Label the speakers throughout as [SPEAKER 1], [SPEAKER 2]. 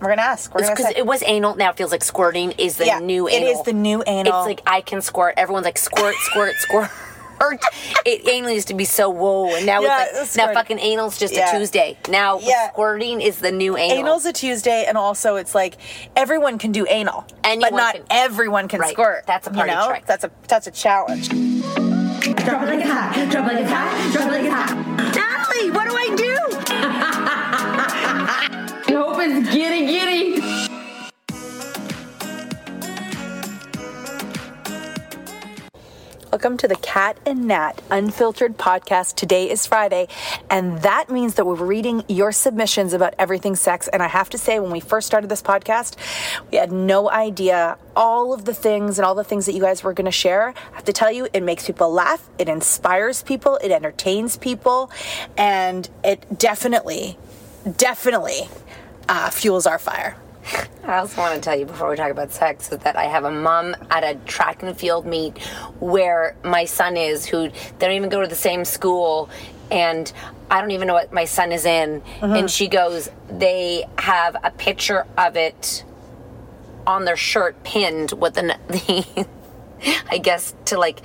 [SPEAKER 1] We're gonna ask. We're
[SPEAKER 2] It's
[SPEAKER 1] gonna
[SPEAKER 2] because
[SPEAKER 1] say,
[SPEAKER 2] it was anal. Now it feels like squirting is the
[SPEAKER 1] Yeah,
[SPEAKER 2] new
[SPEAKER 1] it
[SPEAKER 2] anal.
[SPEAKER 1] is the new anal.
[SPEAKER 2] It's like I can squirt. Everyone's like squirt, squirt, squirt. it anal used to be so whoa, and now
[SPEAKER 1] Yeah,
[SPEAKER 2] it's like
[SPEAKER 1] it's
[SPEAKER 2] now
[SPEAKER 1] squirting.
[SPEAKER 2] fucking anal's just
[SPEAKER 1] Yeah.
[SPEAKER 2] a Tuesday. Now
[SPEAKER 1] Yeah.
[SPEAKER 2] squirting is the new anal.
[SPEAKER 1] anal's a Tuesday, and also it's like everyone can do anal,
[SPEAKER 2] Anyone
[SPEAKER 1] but not
[SPEAKER 2] can-
[SPEAKER 1] everyone can
[SPEAKER 2] Right.
[SPEAKER 1] squirt.
[SPEAKER 2] That's a party
[SPEAKER 1] you know?
[SPEAKER 2] trick.
[SPEAKER 1] That's a that's a challenge.
[SPEAKER 3] Drop it like it's hot. Drop it like it's hot. Drop it like it's hot. Natalie, what do I do? I hope it's giddy giddy.
[SPEAKER 1] Welcome to the Cat and Nat Unfiltered podcast. Today is Friday, and that means that we're reading your submissions about everything sex. And I have to say, when we first started this podcast, we had no idea all of the things and all the things that you guys were going to share. I have to tell you, it makes people laugh, it inspires people, it entertains people, and it definitely, definitely uh, fuels our fire.
[SPEAKER 2] I also want to tell you before we talk about sex is that I have a mom at a track and field meet where my son is, who they don't even go to the same school, and I don't even know what my son is in.
[SPEAKER 1] Uh-huh.
[SPEAKER 2] And she goes, they have a picture of it on their shirt pinned with an, the, I guess to like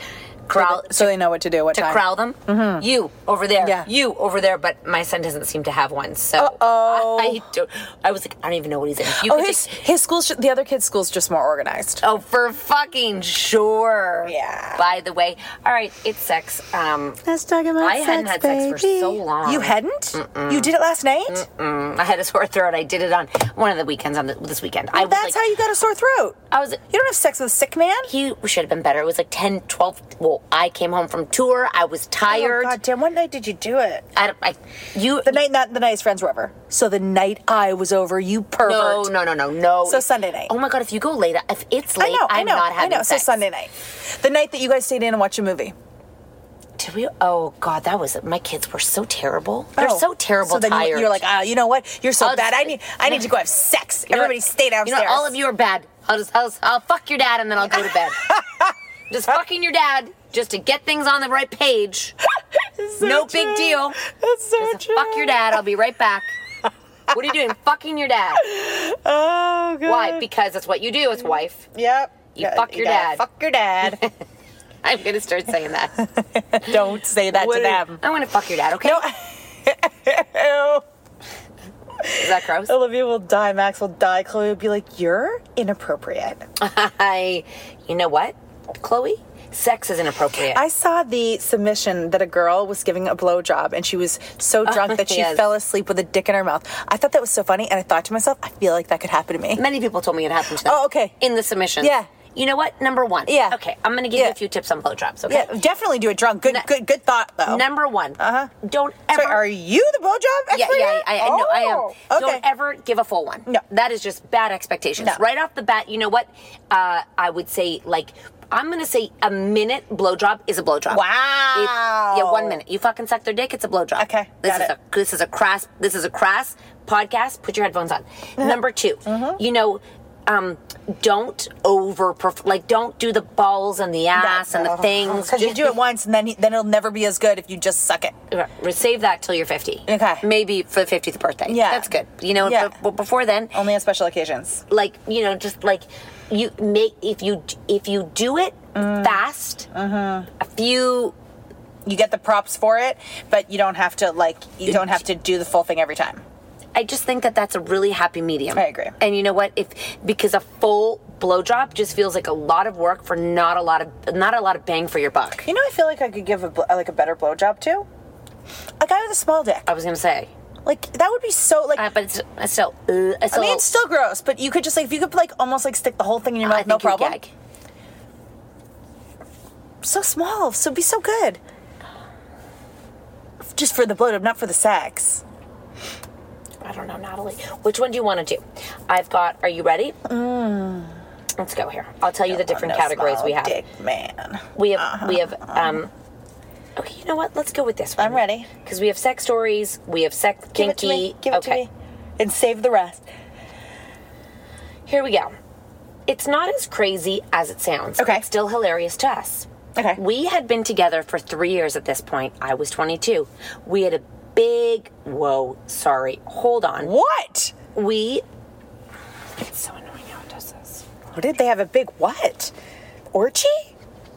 [SPEAKER 2] crowd
[SPEAKER 1] So they know what to do, what
[SPEAKER 2] to
[SPEAKER 1] time.
[SPEAKER 2] crowd them. You over there.
[SPEAKER 1] Hmm. Yeah.
[SPEAKER 2] You over there. But my son doesn't seem to have one. So I, I, don't- I was like, I don't even know what he's in. You
[SPEAKER 1] Oh,
[SPEAKER 2] could
[SPEAKER 1] his,
[SPEAKER 2] take-
[SPEAKER 1] his school's, ju- the other kid's school's just more organized.
[SPEAKER 2] Oh, for fucking sure.
[SPEAKER 1] Yeah.
[SPEAKER 2] By the way, all right, it's sex. Um,
[SPEAKER 1] Let's talk about
[SPEAKER 2] I hadn't
[SPEAKER 1] sex,
[SPEAKER 2] had sex for
[SPEAKER 1] baby.
[SPEAKER 2] so long.
[SPEAKER 1] You hadn't? You did it last night?
[SPEAKER 2] I had a sore throat. I did it on one of the weekends on the, this weekend. I was
[SPEAKER 1] That's
[SPEAKER 2] like,
[SPEAKER 1] how you got a sore throat.
[SPEAKER 2] I was.
[SPEAKER 1] You don't have sex with a sick man?
[SPEAKER 2] He should have been better. It was like 10, 12. Well, I came home from tour. I was
[SPEAKER 1] Oh,
[SPEAKER 2] tired.
[SPEAKER 1] God damn, what night did you do it?
[SPEAKER 2] I, don't- I, you.
[SPEAKER 1] The night not the night his friends were over. So the night I was over, you pervert.
[SPEAKER 2] no, no, no, no, no.
[SPEAKER 1] So Sunday night.
[SPEAKER 2] Oh my god! If you go late, if it's
[SPEAKER 1] I
[SPEAKER 2] late,
[SPEAKER 1] know, I
[SPEAKER 2] am
[SPEAKER 1] know,
[SPEAKER 2] not
[SPEAKER 1] I
[SPEAKER 2] having
[SPEAKER 1] know. So
[SPEAKER 2] sex.
[SPEAKER 1] Sunday night. The night that you guys stayed in and watched a movie.
[SPEAKER 2] Did we? Oh God, that was my kids were so terrible. They're so
[SPEAKER 1] Oh.
[SPEAKER 2] terrible.
[SPEAKER 1] So then you-
[SPEAKER 2] tired.
[SPEAKER 1] you're like, ah, you know what? You're so
[SPEAKER 2] I'll
[SPEAKER 1] bad.
[SPEAKER 2] just-
[SPEAKER 1] I need, I need to go have sex.
[SPEAKER 2] You know what?
[SPEAKER 1] Everybody, stay downstairs.
[SPEAKER 2] You know, what? all of you are bad. I'll just, I'll, I'll fuck your dad and then I'll go to bed. just fucking your dad just to get things on the right page. no big deal.
[SPEAKER 1] That's so
[SPEAKER 2] Just fuck your dad. I'll be right back. What are you doing? Fucking your dad.
[SPEAKER 1] Oh God.
[SPEAKER 2] Why? Because that's what you do as wife.
[SPEAKER 1] Yep.
[SPEAKER 2] You fuck your
[SPEAKER 1] gotta
[SPEAKER 2] dad.
[SPEAKER 1] Fuck your dad.
[SPEAKER 2] I'm gonna start saying that.
[SPEAKER 1] Don't say that
[SPEAKER 2] What
[SPEAKER 1] to
[SPEAKER 2] are-
[SPEAKER 1] them.
[SPEAKER 2] I want to fuck your dad. Okay.
[SPEAKER 1] Ew.
[SPEAKER 2] Is that gross?
[SPEAKER 1] Olivia will die. Max will die. Chloe will be like, "You're inappropriate."
[SPEAKER 2] I. You know what, Chloe? Sex is inappropriate.
[SPEAKER 1] I saw the submission that a girl was giving a blowjob and she was so drunk that she
[SPEAKER 2] Oh, yes.
[SPEAKER 1] fell asleep with a dick in her mouth. I thought that was so funny, and I thought to myself, "I feel like that could happen to me."
[SPEAKER 2] Many people told me it happened to them.
[SPEAKER 1] Oh, okay.
[SPEAKER 2] In the submission.
[SPEAKER 1] Yeah.
[SPEAKER 2] You know what? Number one.
[SPEAKER 1] Yeah.
[SPEAKER 2] Okay, I'm gonna give you
[SPEAKER 1] Yeah.
[SPEAKER 2] a few tips on blowjobs. Okay.
[SPEAKER 1] Yeah, definitely do it drunk. Good, good, good thought though.
[SPEAKER 2] Number one. Uh huh. Don't ever.
[SPEAKER 1] Sorry, are you the blowjob
[SPEAKER 2] yeah,
[SPEAKER 1] expert?
[SPEAKER 2] yeah, I, I know. I am.
[SPEAKER 1] Oh, Okay.
[SPEAKER 2] Don't ever give a full one.
[SPEAKER 1] No.
[SPEAKER 2] that is just bad expectations.
[SPEAKER 1] No.
[SPEAKER 2] Right off the bat, you know what? Uh, I would say like I'm gonna say a minute blowjob is a blowjob.
[SPEAKER 1] Wow.
[SPEAKER 2] If- yeah, one minute. You fucking suck their dick. It's a blowjob.
[SPEAKER 1] Okay,
[SPEAKER 2] This
[SPEAKER 1] got
[SPEAKER 2] is
[SPEAKER 1] it.
[SPEAKER 2] a this is a crass this is a crass podcast. Put your headphones on.
[SPEAKER 1] Uh-huh.
[SPEAKER 2] Number 2
[SPEAKER 1] Mm-hmm.
[SPEAKER 2] you know. Um, don't over like don't do the balls and the ass and the things.
[SPEAKER 1] Because you do it once, and then then it'll never be as good if you just suck it.
[SPEAKER 2] Right. uh, Save that till you're 50.
[SPEAKER 1] Okay.
[SPEAKER 2] Maybe for the 50th birthday.
[SPEAKER 1] Yeah.
[SPEAKER 2] That's good. You know,
[SPEAKER 1] Yeah.
[SPEAKER 2] but- but before then,
[SPEAKER 1] Only on special occasions.
[SPEAKER 2] like, you know, just like you make if you if you do it fast, a few
[SPEAKER 1] Mm. Mm-hmm. You get the props for it, but you don't have to like you don't have to do the full thing every time.
[SPEAKER 2] I just think that that's a really happy medium.
[SPEAKER 1] I agree.
[SPEAKER 2] And you know what? If because a full blowjob just feels like a lot of work for not a lot of not a lot of bang for your buck.
[SPEAKER 1] You know, I feel like I could give a bl- like a better blowjob to a guy with a small dick.
[SPEAKER 2] I was gonna say,
[SPEAKER 1] Like that would be so like.
[SPEAKER 2] uh, but it's, it's still, uh, it's
[SPEAKER 1] I
[SPEAKER 2] still-
[SPEAKER 1] mean, it's still gross, but you could just like if you could like almost like stick the whole thing in your
[SPEAKER 2] I
[SPEAKER 1] mouth, no
[SPEAKER 2] think you'd
[SPEAKER 1] problem.
[SPEAKER 2] gag.
[SPEAKER 1] So small, so it'd be so good. Just for the blowjob, not for the sex.
[SPEAKER 2] I don't know, Natalie. Which one do you want to do? I've got. Are you ready? Let's go here. I'll tell you the different
[SPEAKER 1] Mm. No
[SPEAKER 2] categories
[SPEAKER 1] small
[SPEAKER 2] we have.
[SPEAKER 1] Dick man.
[SPEAKER 2] We have.
[SPEAKER 1] Uh-huh.
[SPEAKER 2] We have. Um. Okay, you know what? Let's go with this one.
[SPEAKER 1] I'm ready.
[SPEAKER 2] Because we have sex stories. We have sex
[SPEAKER 1] Give it to
[SPEAKER 2] kinky.
[SPEAKER 1] me. Give it
[SPEAKER 2] okay.
[SPEAKER 1] to me. And save the rest.
[SPEAKER 2] Here we go. It's not as crazy as it sounds.
[SPEAKER 1] Okay.
[SPEAKER 2] It's still hilarious to us.
[SPEAKER 1] Okay.
[SPEAKER 2] We had been together for three years at this point. I was 22. We had a big. Whoa. Sorry. Hold on.
[SPEAKER 1] What?
[SPEAKER 2] We. It's so annoying how it does this.
[SPEAKER 1] What did they have a big what? Orgy?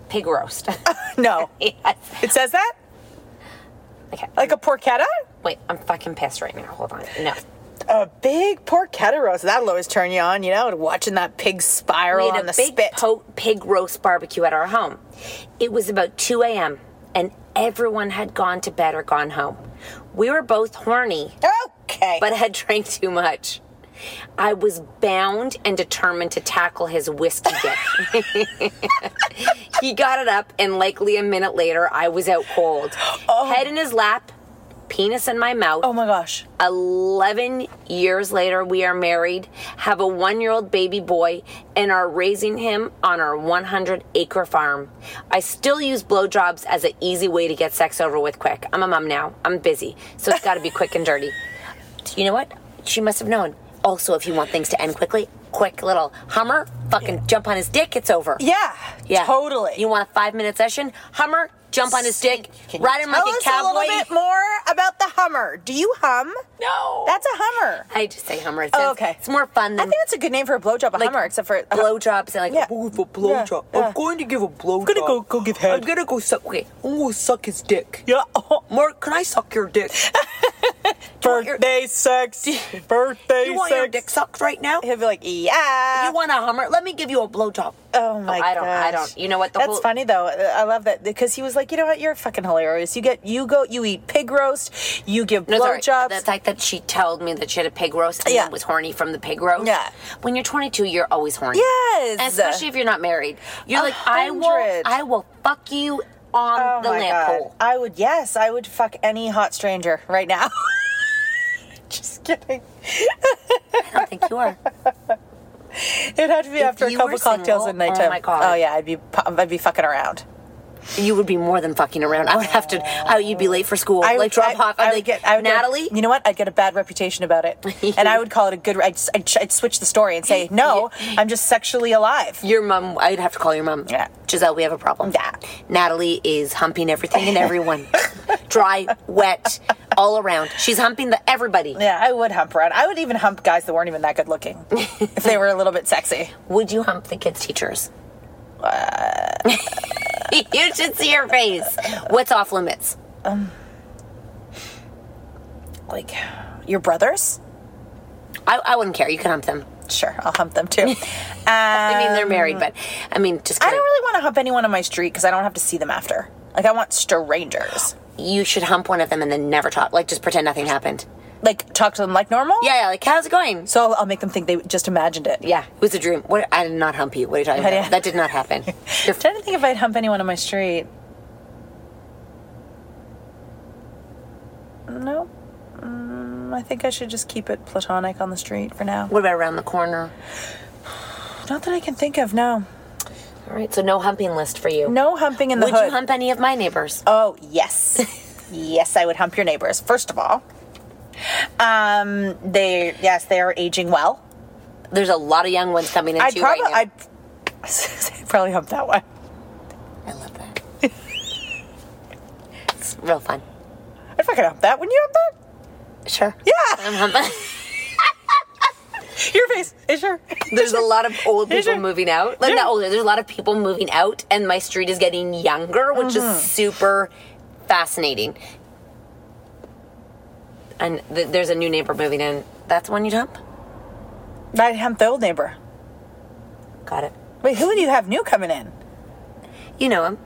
[SPEAKER 2] pig roast.
[SPEAKER 1] No.
[SPEAKER 2] yes.
[SPEAKER 1] it says that?
[SPEAKER 2] Okay.
[SPEAKER 1] Like a porchetta?
[SPEAKER 2] Wait, I'm fucking pissed right now. Hold on. No.
[SPEAKER 1] A big porchetta roast. That'll always turn you on, you know, watching that pig spiral
[SPEAKER 2] We had
[SPEAKER 1] on the
[SPEAKER 2] a big
[SPEAKER 1] spit.
[SPEAKER 2] po- pig roast barbecue at our home. It was about 2 a.m. and everyone had gone to bed or gone home. We were both horny,
[SPEAKER 1] okay.
[SPEAKER 2] but had drank too much. I was bound and determined to tackle his whiskey dick. he got it up, and likely a minute later, I was out cold. Head in his lap, penis in my mouth.
[SPEAKER 1] oh my gosh.
[SPEAKER 2] 11 years later, we are married, have a one year old baby boy, and are raising him on our 100 acre farm. I still use blowjobs as an easy way to get sex over with quick. I'm a mom now, I'm busy, so it's gotta be quick and dirty. You know what? She must have known. Also, if you want things to end quickly, quick little hummer, fucking jump on his dick, it's over.
[SPEAKER 1] Yeah.
[SPEAKER 2] Yeah.
[SPEAKER 1] Totally.
[SPEAKER 2] You want a five minute session? Hummer, jump on his dick,
[SPEAKER 1] Can you
[SPEAKER 2] ride him like
[SPEAKER 1] tell
[SPEAKER 2] a
[SPEAKER 1] us
[SPEAKER 2] cowboy.
[SPEAKER 1] a little bit more about the Hummer. Do you hum?
[SPEAKER 2] No.
[SPEAKER 1] That's a Hummer.
[SPEAKER 2] I just say Hummer. It's,
[SPEAKER 1] Oh, okay.
[SPEAKER 2] It's more fun
[SPEAKER 1] I
[SPEAKER 2] than
[SPEAKER 1] think that's a good name for a blowjob, a
[SPEAKER 2] like,
[SPEAKER 1] Hummer, except for a
[SPEAKER 2] blowjobs and like
[SPEAKER 1] Yeah.
[SPEAKER 4] Ooh, for blowjob.
[SPEAKER 1] Yeah, yeah.
[SPEAKER 4] I'm going to give a blowjob. I'm
[SPEAKER 1] gonna go- go give head.
[SPEAKER 4] I'm gonna go suck. Okay, I'm gonna suck his dick.
[SPEAKER 1] Yeah.
[SPEAKER 4] Mark, can I suck your dick?
[SPEAKER 1] Birthday sex. Birthday
[SPEAKER 4] you want your dick sucked right now?
[SPEAKER 1] He'll be like, yeah.
[SPEAKER 4] You want a hummer? Let me give you a blowjob.
[SPEAKER 1] Oh my
[SPEAKER 2] I don't- I
[SPEAKER 1] gosh.
[SPEAKER 2] don't- you know what, the
[SPEAKER 1] That's
[SPEAKER 2] whole-
[SPEAKER 1] funny though. I love that because he was like, you know what, you're fucking hilarious. You get, you go, you eat pig roast, you give
[SPEAKER 2] No, sorry.
[SPEAKER 1] blowjobs.
[SPEAKER 2] The fact that she told me that she had a pig roast and
[SPEAKER 1] Yeah.
[SPEAKER 2] then was horny from the pig roast.
[SPEAKER 1] Yeah.
[SPEAKER 2] When you're 22, you're always horny.
[SPEAKER 1] Yes.
[SPEAKER 2] And especially if you're not married. You're
[SPEAKER 1] A
[SPEAKER 2] like, I will,
[SPEAKER 1] hundred.
[SPEAKER 2] I will fuck you on
[SPEAKER 1] oh
[SPEAKER 2] the
[SPEAKER 1] my
[SPEAKER 2] lamp
[SPEAKER 1] God.
[SPEAKER 2] pole.
[SPEAKER 1] I would, yes, I would fuck any hot stranger right now. Just kidding.
[SPEAKER 2] I don't think you are.
[SPEAKER 1] It'd have to be after a
[SPEAKER 2] you
[SPEAKER 1] couple
[SPEAKER 2] were
[SPEAKER 1] cocktails
[SPEAKER 2] single,
[SPEAKER 1] at nighttime.
[SPEAKER 2] oh my God.
[SPEAKER 1] yeah, I'd be, pu- I'd be fucking around.
[SPEAKER 2] you would be more than fucking around. I would have to. I, you'd be late for school.
[SPEAKER 1] I would
[SPEAKER 2] like drop
[SPEAKER 1] I-
[SPEAKER 2] off.
[SPEAKER 1] I
[SPEAKER 2] I'd
[SPEAKER 1] would
[SPEAKER 2] like
[SPEAKER 1] get- I would get-
[SPEAKER 2] Natalie.
[SPEAKER 1] you know what? I'd get a bad reputation about it, and I would call it a good. I'd, s- I'd, ch- I'd switch the story and say, "No, I'm just sexually alive."
[SPEAKER 2] your mom. I'd have to call your mom.
[SPEAKER 1] Yeah.
[SPEAKER 2] Giselle, we have a problem.
[SPEAKER 1] Yeah.
[SPEAKER 2] Natalie is humping everything and everyone, dry, wet, all around. She's humping the everybody.
[SPEAKER 1] Yeah, I would hump around. I would even hump guys that weren't even that good looking if they were a little bit sexy.
[SPEAKER 2] Would you hump the kids' teachers? Uh, you should see her face. What's off limits?
[SPEAKER 1] Um, Like your brothers?
[SPEAKER 2] I, I wouldn't care. You can hump them.
[SPEAKER 1] Sure, I'll hump them too. Um,
[SPEAKER 2] I mean, they're married, but I mean, just
[SPEAKER 1] I
[SPEAKER 2] kind
[SPEAKER 1] don't really want to hump anyone on my street because I don't have to see them after. Like I want strangers.
[SPEAKER 2] you should hump one of them and then never talk. Like, just pretend nothing happened.
[SPEAKER 1] Like talk to them like normal.
[SPEAKER 2] Yeah, yeah like, how's it going?
[SPEAKER 1] So I'll, I'll make them think they just imagined it.
[SPEAKER 2] yeah, it was a dream. What? I did not hump you. What are you talking
[SPEAKER 1] yeah.
[SPEAKER 2] about? That did not happen. You're
[SPEAKER 1] I'm trying to think if I'd hump anyone on my street. No. Mm, I think I should just keep it platonic on the street for now.
[SPEAKER 2] What about around the corner?
[SPEAKER 1] Not that I can think of, no.
[SPEAKER 2] All right, so no humping list for you.
[SPEAKER 1] No humping in the
[SPEAKER 2] Would
[SPEAKER 1] hood.
[SPEAKER 2] you hump any of my neighbors?
[SPEAKER 1] Oh, yes. yes, I would hump your neighbors. First of all, um, they, yes, they are aging well.
[SPEAKER 2] There's a lot of young ones coming
[SPEAKER 1] I'd
[SPEAKER 2] into you
[SPEAKER 1] probably,
[SPEAKER 2] right now.
[SPEAKER 1] I'd, I'd probably hump that one.
[SPEAKER 2] I love that. it's real fun.
[SPEAKER 1] I'd fucking hump that. Wouldn't Uh, you hump that?
[SPEAKER 2] Sure.
[SPEAKER 1] Yeah.
[SPEAKER 2] I'm humping.
[SPEAKER 1] Your face. Is your.
[SPEAKER 2] There's a lot of old people
[SPEAKER 1] sure.
[SPEAKER 2] moving out. Like,
[SPEAKER 1] Yeah.
[SPEAKER 2] not older. There's a lot of people moving out, and my street is getting younger, which
[SPEAKER 1] Uh-huh.
[SPEAKER 2] is super fascinating. And th- there's a new neighbor moving in. That's one you'd hump?
[SPEAKER 1] I'd hump the old neighbor.
[SPEAKER 2] Got it.
[SPEAKER 1] Wait, who do you have new coming in?
[SPEAKER 2] You know him.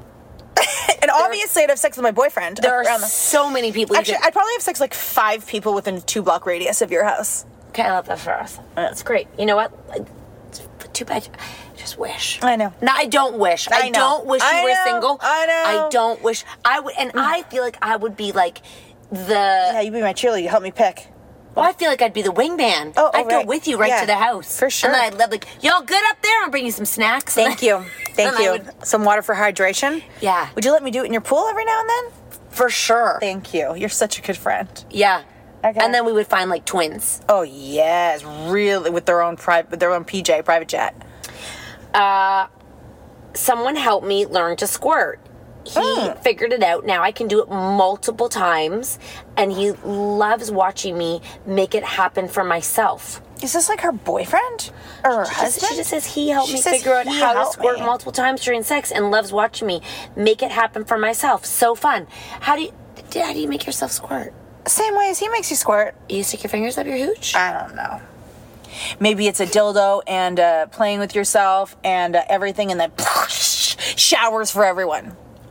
[SPEAKER 1] And obviously, I'd have sex with my boyfriend.
[SPEAKER 2] There are
[SPEAKER 1] around the-
[SPEAKER 2] so many people. you
[SPEAKER 1] Actually,
[SPEAKER 2] could-
[SPEAKER 1] I'd probably have sex with, like five people within a two block radius of your house.
[SPEAKER 2] Okay, I love that for us. That's great. You know what? It's too bad. I just wish.
[SPEAKER 1] I know.
[SPEAKER 2] No, I don't wish. I,
[SPEAKER 1] I know.
[SPEAKER 2] don't wish
[SPEAKER 1] I
[SPEAKER 2] you were
[SPEAKER 1] know.
[SPEAKER 2] single.
[SPEAKER 1] I know. Mm.
[SPEAKER 2] I don't wish. I would, and I feel like I would be like the.
[SPEAKER 1] Yeah, you'd be my cheerleader. You help me pick.
[SPEAKER 2] Well, I feel like I'd be the wingman.
[SPEAKER 1] Oh, oh,
[SPEAKER 2] I'd
[SPEAKER 1] right.
[SPEAKER 2] go with you right
[SPEAKER 1] Yeah,
[SPEAKER 2] to the house
[SPEAKER 1] for sure.
[SPEAKER 2] And then I'd love like y'all good up there. I'll bring you some snacks.
[SPEAKER 1] Thank you. Thank
[SPEAKER 2] And I
[SPEAKER 1] you.
[SPEAKER 2] would-
[SPEAKER 1] Some water for hydration.
[SPEAKER 2] Yeah.
[SPEAKER 1] Would you let me do it in your pool every now and then?
[SPEAKER 2] for sure.
[SPEAKER 1] Thank you. You're such a good friend.
[SPEAKER 2] Yeah.
[SPEAKER 1] Okay.
[SPEAKER 2] And then we would find like twins.
[SPEAKER 1] Oh yes, really with their own private, with their own PJ private jet.
[SPEAKER 2] Uh, someone helped me learn to squirt. He
[SPEAKER 1] Hmm.
[SPEAKER 2] figured it out. Now I can do it multiple times, and he loves watching me make it happen for myself.
[SPEAKER 1] Is this like her boyfriend or her
[SPEAKER 2] She just-
[SPEAKER 1] husband?
[SPEAKER 2] She just says he helped
[SPEAKER 1] She
[SPEAKER 2] me
[SPEAKER 1] says
[SPEAKER 2] figure out
[SPEAKER 1] he
[SPEAKER 2] how to
[SPEAKER 1] helped
[SPEAKER 2] squirt
[SPEAKER 1] me.
[SPEAKER 2] multiple times during sex, and loves watching me make it happen for myself. So fun. How do you? d- How do you make yourself squirt?
[SPEAKER 1] Same way as he makes you squirt.
[SPEAKER 2] You stick your fingers up your hooch.
[SPEAKER 1] I don't know. Maybe it's a dildo and uh, playing with yourself and uh, everything, and then showers for everyone.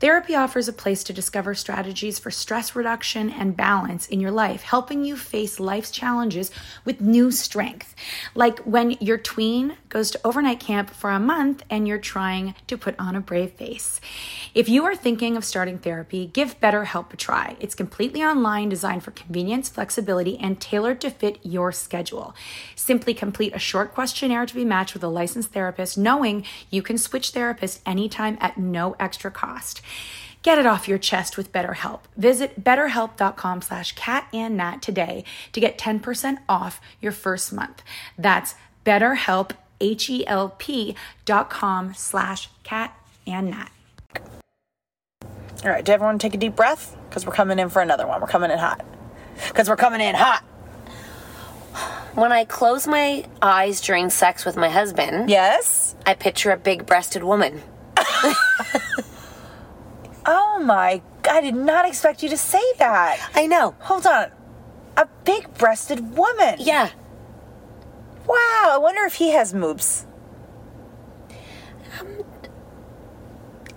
[SPEAKER 5] Therapy offers a place to discover strategies for stress reduction and balance in your life, helping you face life's challenges with new strength. Like when your tween goes to overnight camp for a month and you're trying to put on a brave face. If you are thinking of starting therapy, give BetterHelp a try. It's completely online, designed for convenience, flexibility, and tailored to fit your schedule. Simply complete a short questionnaire to be matched with a licensed therapist, knowing you can switch therapists anytime at no extra cost. Get it off your chest with BetterHelp. Visit betterhelp.com slash catandnat today to get 10% off your first month. That's betterhelp, H-E-L-P dot com slash catandnat.
[SPEAKER 1] All right, did everyone take a deep breath? Because we're coming in for another one. We're coming in hot. Because we're coming in hot.
[SPEAKER 2] When I close my eyes during sex with my husband,
[SPEAKER 1] yes,
[SPEAKER 2] I picture a big-breasted woman.
[SPEAKER 1] Oh my, I did not expect you to say that.
[SPEAKER 2] I know.
[SPEAKER 1] Hold on. A big breasted woman.
[SPEAKER 2] Yeah.
[SPEAKER 1] Wow, I wonder if he has moobs.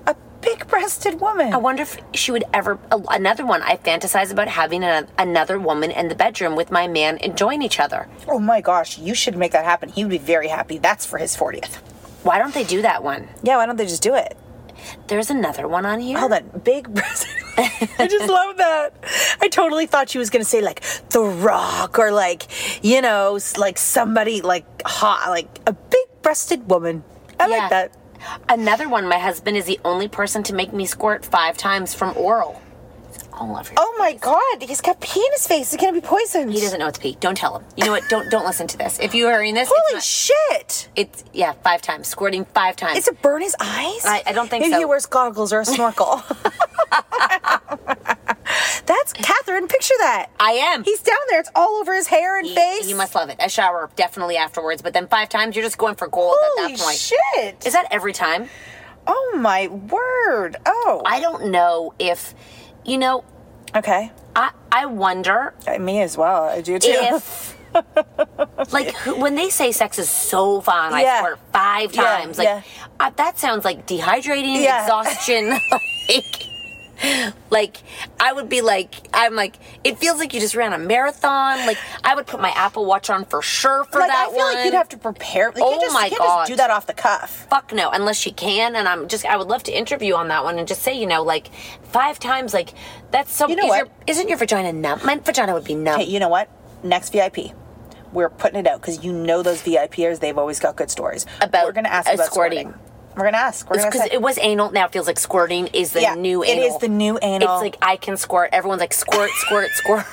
[SPEAKER 1] a big breasted woman.
[SPEAKER 2] I wonder if she would ever. a- Another one. I fantasize about having an, another woman in the bedroom with my man enjoying each other.
[SPEAKER 1] Oh my gosh, you should make that happen. He would be very happy. That's for his 40th.
[SPEAKER 2] Why don't they do that one?
[SPEAKER 1] Yeah, why don't they just do it?
[SPEAKER 2] There's another one on here.
[SPEAKER 1] Hold on, big breasted. I just love that. I totally thought she was going to say like The Rock or like, you know, s- like somebody like hot, like a big breasted woman. I
[SPEAKER 2] Yeah.
[SPEAKER 1] like that.
[SPEAKER 2] Another one. My husband is the only person to make me squirt five times from oral. It's all over.
[SPEAKER 1] Oh my god, he's got penis face. He's gonna be poisoned.
[SPEAKER 2] He doesn't know it's pee. Don't tell him. You know what? Don't don't listen to this. If you are hearing this,
[SPEAKER 1] Holy
[SPEAKER 2] it's,
[SPEAKER 1] shit!
[SPEAKER 2] not, it's yeah, five times squirting five times.
[SPEAKER 1] Is it burn his eyes?
[SPEAKER 2] I- I don't think
[SPEAKER 1] Maybe
[SPEAKER 2] so.
[SPEAKER 1] he wears goggles or a snorkel. That's Catherine. Picture that.
[SPEAKER 2] I am.
[SPEAKER 1] He's down there. It's all over his hair and
[SPEAKER 2] You-
[SPEAKER 1] face.
[SPEAKER 2] You must love it. A shower definitely afterwards, but then five times you're just going for gold
[SPEAKER 1] Holy
[SPEAKER 2] at that point.
[SPEAKER 1] shit!
[SPEAKER 2] Is that every time?
[SPEAKER 1] oh my word! Oh,
[SPEAKER 2] I don't know if you know.
[SPEAKER 1] okay.
[SPEAKER 2] I I wonder
[SPEAKER 1] Uh, Me as well. I do too.
[SPEAKER 2] if like who- when they say sex is so fun, I
[SPEAKER 1] Yeah.
[SPEAKER 2] swear five
[SPEAKER 1] Yeah,
[SPEAKER 2] times. Like
[SPEAKER 1] yeah.
[SPEAKER 2] uh, that sounds like dehydrating,
[SPEAKER 1] Yeah.
[SPEAKER 2] exhaustion. like, like I would be like, I'm like, it feels like you just ran a marathon. Like I would put my Apple Watch on for sure for
[SPEAKER 1] like
[SPEAKER 2] that
[SPEAKER 1] I feel
[SPEAKER 2] one.
[SPEAKER 1] like you'd have to prepare. Like, you
[SPEAKER 2] Oh
[SPEAKER 1] can't just,
[SPEAKER 2] my
[SPEAKER 1] you can't
[SPEAKER 2] God.
[SPEAKER 1] just do that off the cuff.
[SPEAKER 2] fuck no unless she can and i'm just i would love to interview on that one and just say you know like five times like that's so
[SPEAKER 1] You know
[SPEAKER 2] is
[SPEAKER 1] what?
[SPEAKER 2] Your, isn't your vagina numb my vagina would be numb
[SPEAKER 1] Hey, you know what? Next VIP. We're putting it out because you know those VIPers, they've always got good stories.
[SPEAKER 2] About-
[SPEAKER 1] We're going to ask
[SPEAKER 2] uh,
[SPEAKER 1] about
[SPEAKER 2] squirting.
[SPEAKER 1] squirting. We're going to ask. We're going to
[SPEAKER 2] because it was anal now it feels like squirting is the
[SPEAKER 1] Yeah,
[SPEAKER 2] new
[SPEAKER 1] it is
[SPEAKER 2] anal
[SPEAKER 1] the new anal.
[SPEAKER 2] it's like i can squirt everyone's like squirt squirt squirt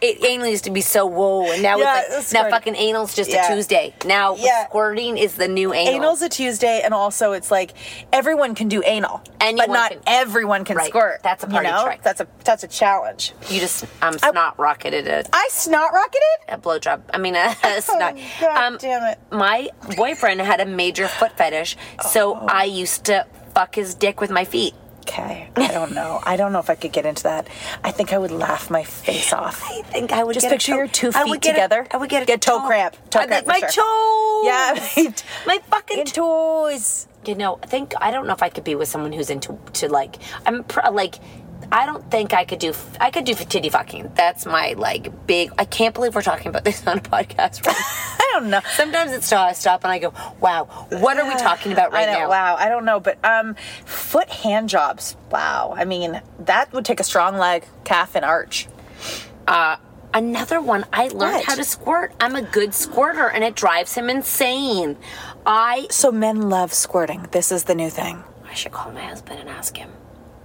[SPEAKER 2] it anal used to be so whoa and now
[SPEAKER 1] Yeah,
[SPEAKER 2] it's like
[SPEAKER 1] it's
[SPEAKER 2] now
[SPEAKER 1] squirt.
[SPEAKER 2] fucking anal's just
[SPEAKER 1] Yeah.
[SPEAKER 2] a tuesday now
[SPEAKER 1] Yeah.
[SPEAKER 2] squirting is the new anal
[SPEAKER 1] Anal's a Tuesday, and also it's like everyone can do anal,
[SPEAKER 2] Anyone
[SPEAKER 1] but not
[SPEAKER 2] can-
[SPEAKER 1] everyone can
[SPEAKER 2] Right.
[SPEAKER 1] squirt.
[SPEAKER 2] That's a party
[SPEAKER 1] you know?
[SPEAKER 2] trick.
[SPEAKER 1] That's a that's a challenge.
[SPEAKER 2] you just i'm snot rocketed it
[SPEAKER 1] I snot rocketed.
[SPEAKER 2] a blowjob. I mean, a, a snot.
[SPEAKER 1] God
[SPEAKER 2] Um,
[SPEAKER 1] damn it.
[SPEAKER 2] My boyfriend had a major foot fetish, so
[SPEAKER 1] Oh.
[SPEAKER 2] I used to fuck his dick with my feet.
[SPEAKER 1] Okay, I don't know. I don't know if I could get into that. I think I would laugh my face off.
[SPEAKER 2] I think I would
[SPEAKER 1] Just
[SPEAKER 2] get a
[SPEAKER 1] picture
[SPEAKER 2] toe-
[SPEAKER 1] your two feet
[SPEAKER 2] I would get a-
[SPEAKER 1] together.
[SPEAKER 2] I would get a
[SPEAKER 1] Get toe cramp. Toe
[SPEAKER 2] I'd be
[SPEAKER 1] cramp
[SPEAKER 2] like,
[SPEAKER 1] for
[SPEAKER 2] my
[SPEAKER 1] sure."
[SPEAKER 2] toes.
[SPEAKER 1] Yeah, my-
[SPEAKER 2] my fucking
[SPEAKER 1] Your
[SPEAKER 2] toes.
[SPEAKER 1] toes.
[SPEAKER 2] You know, I think I don't know if I could be with someone who's into to like. I'm pr- like. I don't think I could do. f- I could do f- titty fucking. That's my like big. I can't believe we're talking about this on a podcast. Right
[SPEAKER 1] I don't know.
[SPEAKER 2] Sometimes it's I stop and I go, "Wow, what are we talking about right
[SPEAKER 1] I know.
[SPEAKER 2] now?"
[SPEAKER 1] Wow, I don't know, but um, foot hand jobs. Wow, I mean that would take a strong leg, calf, and arch.
[SPEAKER 2] Uh, Another one, I learned
[SPEAKER 1] What?
[SPEAKER 2] how to squirt. I'm a good squirter and it drives him insane. I
[SPEAKER 1] So men love squirting. This is the new thing.
[SPEAKER 2] I should call my husband and ask him.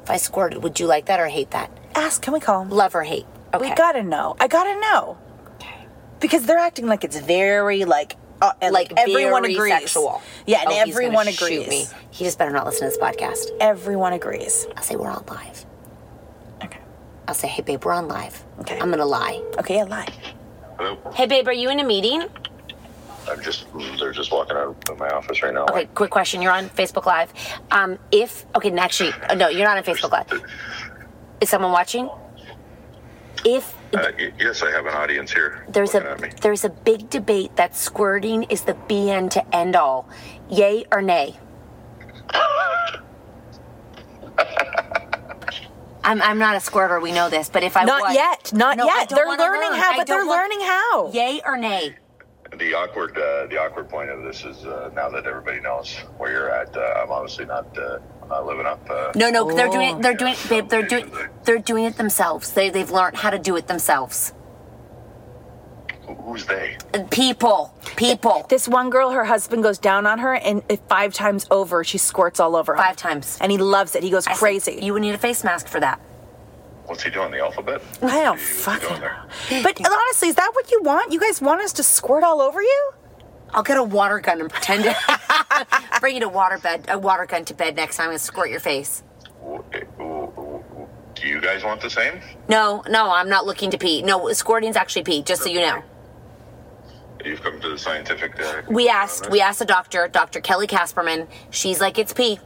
[SPEAKER 2] If I squirted, would you like that or hate that?
[SPEAKER 1] Ask, can we call him?
[SPEAKER 2] Love or hate?
[SPEAKER 1] We gotta know. I gotta know. Because they're acting like it's very like uh, and, like, everyone
[SPEAKER 2] very
[SPEAKER 1] agrees.
[SPEAKER 2] Sexual.
[SPEAKER 1] Yeah, and
[SPEAKER 2] Oh, he's
[SPEAKER 1] everyone
[SPEAKER 2] gonna shoot
[SPEAKER 1] agrees.
[SPEAKER 2] me. He just better not listen to this podcast.
[SPEAKER 1] Everyone agrees.
[SPEAKER 2] I'll say we're on live. Okay. I'll say, hey babe, we're on live. Okay. I'm gonna lie.
[SPEAKER 1] Okay, yeah, lie.
[SPEAKER 2] Hey babe, are you in a meeting?
[SPEAKER 6] I'm just, they're just walking out of my office right now.
[SPEAKER 2] Okay, quick question. You're on Facebook Live. Um, if okay, and actually, uh, no, you're not on Facebook Live. Is someone watching? If
[SPEAKER 6] Uh, y- yes, I have an audience here.
[SPEAKER 2] there's
[SPEAKER 6] looking at me.
[SPEAKER 2] a there's a big debate that squirting is the be end to end all, yay or nay. I'm, I'm not a squirter. We know this, but if I
[SPEAKER 1] Not
[SPEAKER 2] was-
[SPEAKER 1] yet, not
[SPEAKER 2] No, I
[SPEAKER 1] yet.
[SPEAKER 2] don't
[SPEAKER 1] They're
[SPEAKER 2] wanna
[SPEAKER 1] learning
[SPEAKER 2] learn.
[SPEAKER 1] how,
[SPEAKER 2] I
[SPEAKER 1] but
[SPEAKER 2] don't
[SPEAKER 1] they're
[SPEAKER 2] want-
[SPEAKER 1] learning how.
[SPEAKER 2] Yay or nay?
[SPEAKER 6] The awkward, uh, the awkward point of this is uh, now that everybody knows where you're at. Uh, I'm obviously not, uh, not living up. Uh,
[SPEAKER 2] No, no, they're doing it. They're
[SPEAKER 6] Yeah,
[SPEAKER 2] doing it. Babe, they're doing. They're doing it themselves. They they've learned how to do it themselves.
[SPEAKER 6] Who's they?
[SPEAKER 2] People, people.
[SPEAKER 1] This one girl, her husband goes down on her, and if five times over, she squirts all over him. Five
[SPEAKER 2] times,
[SPEAKER 1] and he loves it. He goes
[SPEAKER 2] said,
[SPEAKER 1] crazy.
[SPEAKER 2] you would need a face mask for that.
[SPEAKER 6] What's he doing? The alphabet?
[SPEAKER 1] I don't fucking know. But honestly, is that what you want? You guys want us to squirt all over you?
[SPEAKER 2] I'll get a water gun and pretend it. Bring you to water bed, a water gun to bed next time and squirt your face.
[SPEAKER 6] Do you guys want the same?
[SPEAKER 2] No, no, I'm not looking to pee. No, squirting's actually pee. Just so you know.
[SPEAKER 6] You've come to the scientific. Uh,
[SPEAKER 2] We asked. We asked a doctor, Dr. Kelly Casperman. She's like, it's pee.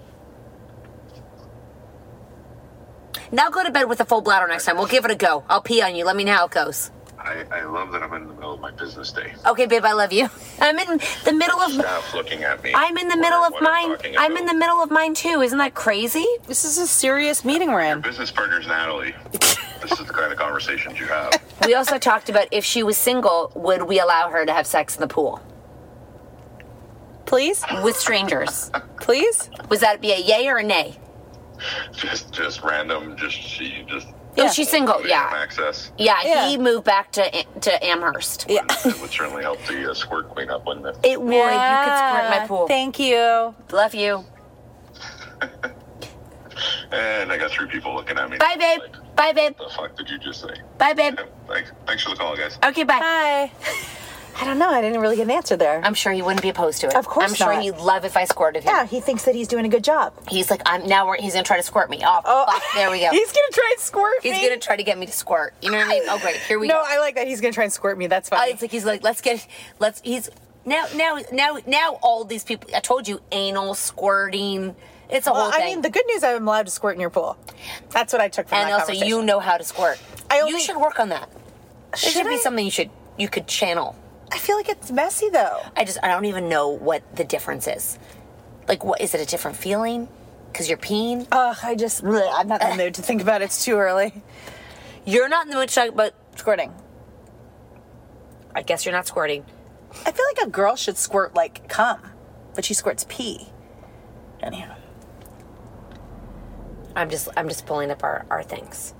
[SPEAKER 2] Now go to bed with a full bladder next time. We'll give it a go. I'll pee on you. Let me know how it goes.
[SPEAKER 6] I, I love that I'm in the middle of my business day.
[SPEAKER 2] Okay, babe, I love you. I'm in the middle of.
[SPEAKER 6] Stop looking at me.
[SPEAKER 2] I'm in the middle of
[SPEAKER 6] What I'm
[SPEAKER 2] mine.
[SPEAKER 6] talking
[SPEAKER 2] I'm
[SPEAKER 6] about.
[SPEAKER 2] in the middle of mine too. Isn't that crazy?
[SPEAKER 1] This is a serious meeting we're in.
[SPEAKER 6] Business partner's Natalie. this is the kind of conversations you have.
[SPEAKER 2] we also talked about if she was single, would we allow her to have sex in the pool?
[SPEAKER 1] Please?
[SPEAKER 2] With strangers.
[SPEAKER 1] Please?
[SPEAKER 2] Was that be a yay or a nay?
[SPEAKER 6] Just, just random. Just she just.
[SPEAKER 2] Oh, she's single. Yeah.
[SPEAKER 6] Access.
[SPEAKER 2] yeah. he moved back to to Amherst.
[SPEAKER 1] Yeah.
[SPEAKER 6] It would certainly help the uh, squirt clean up, wouldn't it?
[SPEAKER 2] It would. You could squirt in my
[SPEAKER 1] Yeah,
[SPEAKER 2] pool.
[SPEAKER 1] Thank you.
[SPEAKER 2] Love you.
[SPEAKER 6] And I got three people looking at me.
[SPEAKER 2] Bye, babe. Bye, babe.
[SPEAKER 6] The fuck did you just say?
[SPEAKER 2] Bye, babe.
[SPEAKER 6] Thanks, thanks for the call, guys.
[SPEAKER 2] Okay, bye.
[SPEAKER 1] Bye. I don't know. I didn't really get an answer there.
[SPEAKER 2] I'm sure he wouldn't be opposed to it.
[SPEAKER 1] Of course
[SPEAKER 2] I'm sure
[SPEAKER 1] not.
[SPEAKER 2] he'd love if I squirted him.
[SPEAKER 1] Yeah, he thinks that he's doing a good job.
[SPEAKER 2] He's like, I'm now. We're, he's gonna try to squirt me. Oh, fuck, there we go.
[SPEAKER 1] He's gonna try and squirt
[SPEAKER 2] He's
[SPEAKER 1] me.
[SPEAKER 2] gonna try to get me to squirt. You know what I mean? Oh, great. Here we
[SPEAKER 1] no,
[SPEAKER 2] go.
[SPEAKER 1] I like that. He's gonna try and squirt me. That's
[SPEAKER 2] Uh,
[SPEAKER 1] fine.
[SPEAKER 2] it's like he's like, let's get, let's. He's now, now, now, now. All these people. I told you, anal squirting. It's a
[SPEAKER 1] well,
[SPEAKER 2] whole
[SPEAKER 1] I
[SPEAKER 2] thing.
[SPEAKER 1] mean, the good news I'm allowed to squirt in your pool. That's what I took from
[SPEAKER 2] and
[SPEAKER 1] that
[SPEAKER 2] also, you know how to squirt.
[SPEAKER 1] I only-
[SPEAKER 2] you should work on that. It should,
[SPEAKER 1] Should
[SPEAKER 2] be
[SPEAKER 1] I?
[SPEAKER 2] something you should you could channel.
[SPEAKER 1] I feel like it's messy though.
[SPEAKER 2] I just I don't even know what the difference is. Like, what is it? A different feeling? Because you're peeing.
[SPEAKER 1] Ugh, I just bleh, I'm not in the mood to think about it. It's too early.
[SPEAKER 2] You're not in the mood to talk about.
[SPEAKER 1] Squirting.
[SPEAKER 2] I guess you're not squirting.
[SPEAKER 1] I feel like a girl should squirt like cum, but she squirts pee. Anyhow.
[SPEAKER 2] I'm just I'm just pulling up our our things.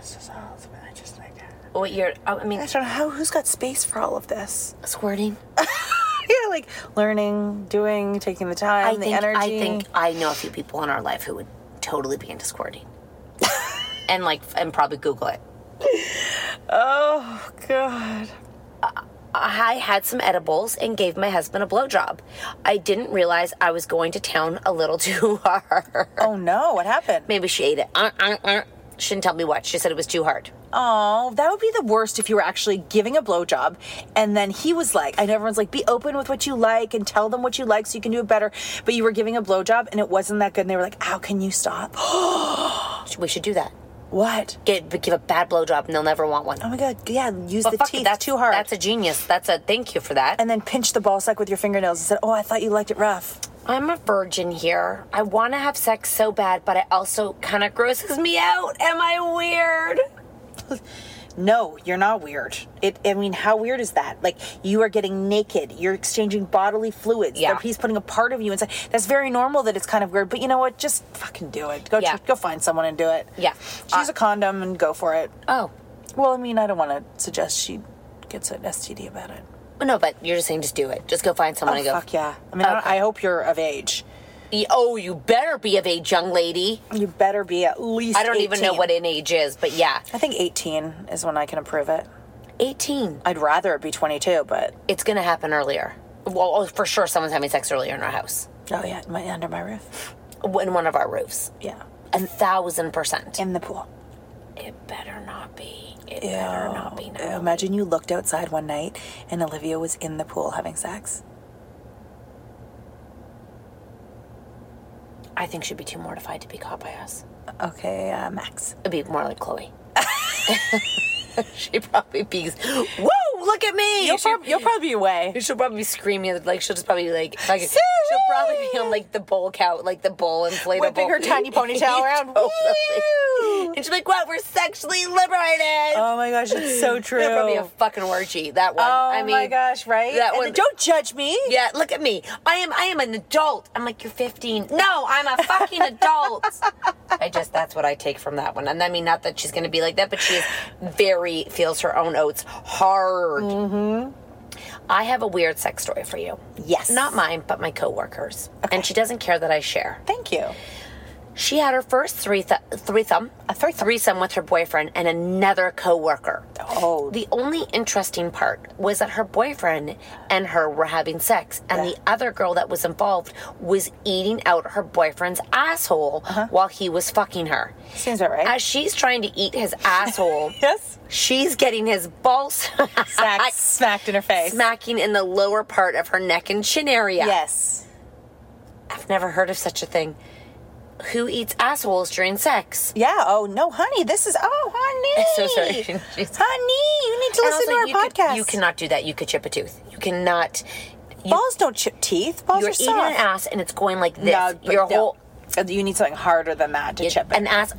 [SPEAKER 1] This is all I just like that.
[SPEAKER 2] What you're? oh, I mean,
[SPEAKER 1] I don't know how who's got space for all of this.
[SPEAKER 2] squirting.
[SPEAKER 1] yeah, like learning, doing, taking the time,
[SPEAKER 2] I
[SPEAKER 1] the
[SPEAKER 2] think
[SPEAKER 1] energy.
[SPEAKER 2] I think I know a few people in our life who would totally be into squirting, and like and probably Google it.
[SPEAKER 1] Oh God.
[SPEAKER 2] I had some edibles and gave my husband a blowjob. I didn't realize I was going to town a little too hard.
[SPEAKER 1] Oh no, what happened?
[SPEAKER 2] Maybe she ate it. Uh, uh, uh. She didn't tell me what. She said it was too hard.
[SPEAKER 1] Oh, that would be the worst if you were actually giving a blowjob and then he was like, and everyone's like, be open with what you like and tell them what you like so you can do it better. But you were giving a blowjob and it wasn't that good. And they were like, how can you stop?
[SPEAKER 2] We should do that.
[SPEAKER 1] what?
[SPEAKER 2] Give, give a bad blowjob and they'll never want one.
[SPEAKER 1] Oh my God. Yeah, use
[SPEAKER 2] But
[SPEAKER 1] the
[SPEAKER 2] fuck it,
[SPEAKER 1] teeth.
[SPEAKER 2] that's
[SPEAKER 1] too hard.
[SPEAKER 2] That's a genius. That's a thank you for that.
[SPEAKER 1] and then pinch the ball sack with your fingernails and said, oh, I thought you liked it rough.
[SPEAKER 2] I'm a virgin here. I want to have sex so bad, but it also kind of grosses me out. Am I weird?
[SPEAKER 1] No, you're not weird. It. I mean, how weird is that? Like you are getting naked. You're exchanging bodily fluids.
[SPEAKER 2] Yeah.
[SPEAKER 1] They're- He's putting a part of you inside. That's very normal. That it's kind of weird. But you know what? Just fucking do it. Go.
[SPEAKER 2] Yeah.
[SPEAKER 1] Go find someone and do it.
[SPEAKER 2] Yeah.
[SPEAKER 1] Choose a condom and go for it.
[SPEAKER 2] Oh.
[SPEAKER 1] Well, I mean, I don't want to suggest she gets an STD about it.
[SPEAKER 2] No, but you're just saying just do it. Just go find someone
[SPEAKER 1] Oh
[SPEAKER 2] and go.
[SPEAKER 1] fuck yeah! I mean, I, don't- I hope you're of age.
[SPEAKER 2] Y- Oh, you better be of age, young lady.
[SPEAKER 1] You better be at least.
[SPEAKER 2] I don't even know
[SPEAKER 1] 18.
[SPEAKER 2] what an age is, but yeah.
[SPEAKER 1] I think 18 is when I can approve it.
[SPEAKER 2] 18.
[SPEAKER 1] I'd rather it be 22, but
[SPEAKER 2] it's gonna happen earlier. Well, oh, for sure, someone's having sex earlier in our house.
[SPEAKER 1] Oh yeah, my, under my roof.
[SPEAKER 2] In one of our roofs.
[SPEAKER 1] Yeah.
[SPEAKER 2] A thousand percent.
[SPEAKER 1] In the pool.
[SPEAKER 2] It better not be. It
[SPEAKER 1] Yeah.
[SPEAKER 2] better not be.
[SPEAKER 1] Uh, Imagine you looked outside one night and Olivia was in the pool having sex.
[SPEAKER 2] I think she'd be too mortified to be caught by us.
[SPEAKER 1] Okay, uh, Max.
[SPEAKER 2] It'd be more like Chloe. She'd probably be, whoa, look at me.
[SPEAKER 1] You'll
[SPEAKER 2] She'd-
[SPEAKER 1] prob- you'll probably be away.
[SPEAKER 2] She'll probably be screaming. Like, she'll just probably be like, like she'll probably be on like the bowl couch, like the bowl inflatable. Oh,
[SPEAKER 1] Whipping her tiny ponytail around.
[SPEAKER 2] Totally. And she'll be like, wow, we're sexually liberated.
[SPEAKER 1] Oh my gosh, it's so true.
[SPEAKER 2] It'll probably be a fucking orgy, that one.
[SPEAKER 1] Oh
[SPEAKER 2] I mean,
[SPEAKER 1] my gosh, right?
[SPEAKER 2] That
[SPEAKER 1] And
[SPEAKER 2] one.
[SPEAKER 1] Don't judge me.
[SPEAKER 2] Yeah, look at me. I am I am an adult. I'm like you're 15. No, I'm a fucking adult. I just that's what I take from that one. And I mean not that she's going to be like that, but she is very feels her own oats hard. Mhm. I have a weird sex story for you.
[SPEAKER 1] Mm-hmm. Yes.
[SPEAKER 2] Not mine, but my coworkers. And she doesn't care that I share.
[SPEAKER 1] Thank you.
[SPEAKER 2] She had her first three th- threesome, a threesome. with her boyfriend and another coworker.
[SPEAKER 1] Oh.
[SPEAKER 2] The only interesting part was that her boyfriend and her were having sex, and the other girl that was involved was eating out her boyfriend's asshole while he was fucking her.
[SPEAKER 1] Uh-huh. Seems about right.
[SPEAKER 2] As she's trying to eat his asshole,
[SPEAKER 1] yes,
[SPEAKER 2] she's getting his balls
[SPEAKER 1] Smack, smacked in her face.
[SPEAKER 2] smacking in the lower part of her neck and chin area.
[SPEAKER 1] Yes.
[SPEAKER 2] I've never heard of such a thing. Who eats assholes during sex?
[SPEAKER 1] Yeah. Oh no, honey. This is. Oh, honey.
[SPEAKER 2] So sorry.
[SPEAKER 1] honey, you need to
[SPEAKER 2] And
[SPEAKER 1] listen
[SPEAKER 2] also,
[SPEAKER 1] to
[SPEAKER 2] you
[SPEAKER 1] our
[SPEAKER 2] could-
[SPEAKER 1] podcast.
[SPEAKER 2] you cannot do that. You could chip a tooth. You cannot. you-
[SPEAKER 1] Balls don't chip teeth. Balls
[SPEAKER 2] you're
[SPEAKER 1] are
[SPEAKER 2] eating
[SPEAKER 1] soft.
[SPEAKER 2] an ass and it's going like this.
[SPEAKER 1] No, but
[SPEAKER 2] Your
[SPEAKER 1] no. Uh,
[SPEAKER 2] whole
[SPEAKER 1] You need something harder than that to chip it.
[SPEAKER 2] an ass.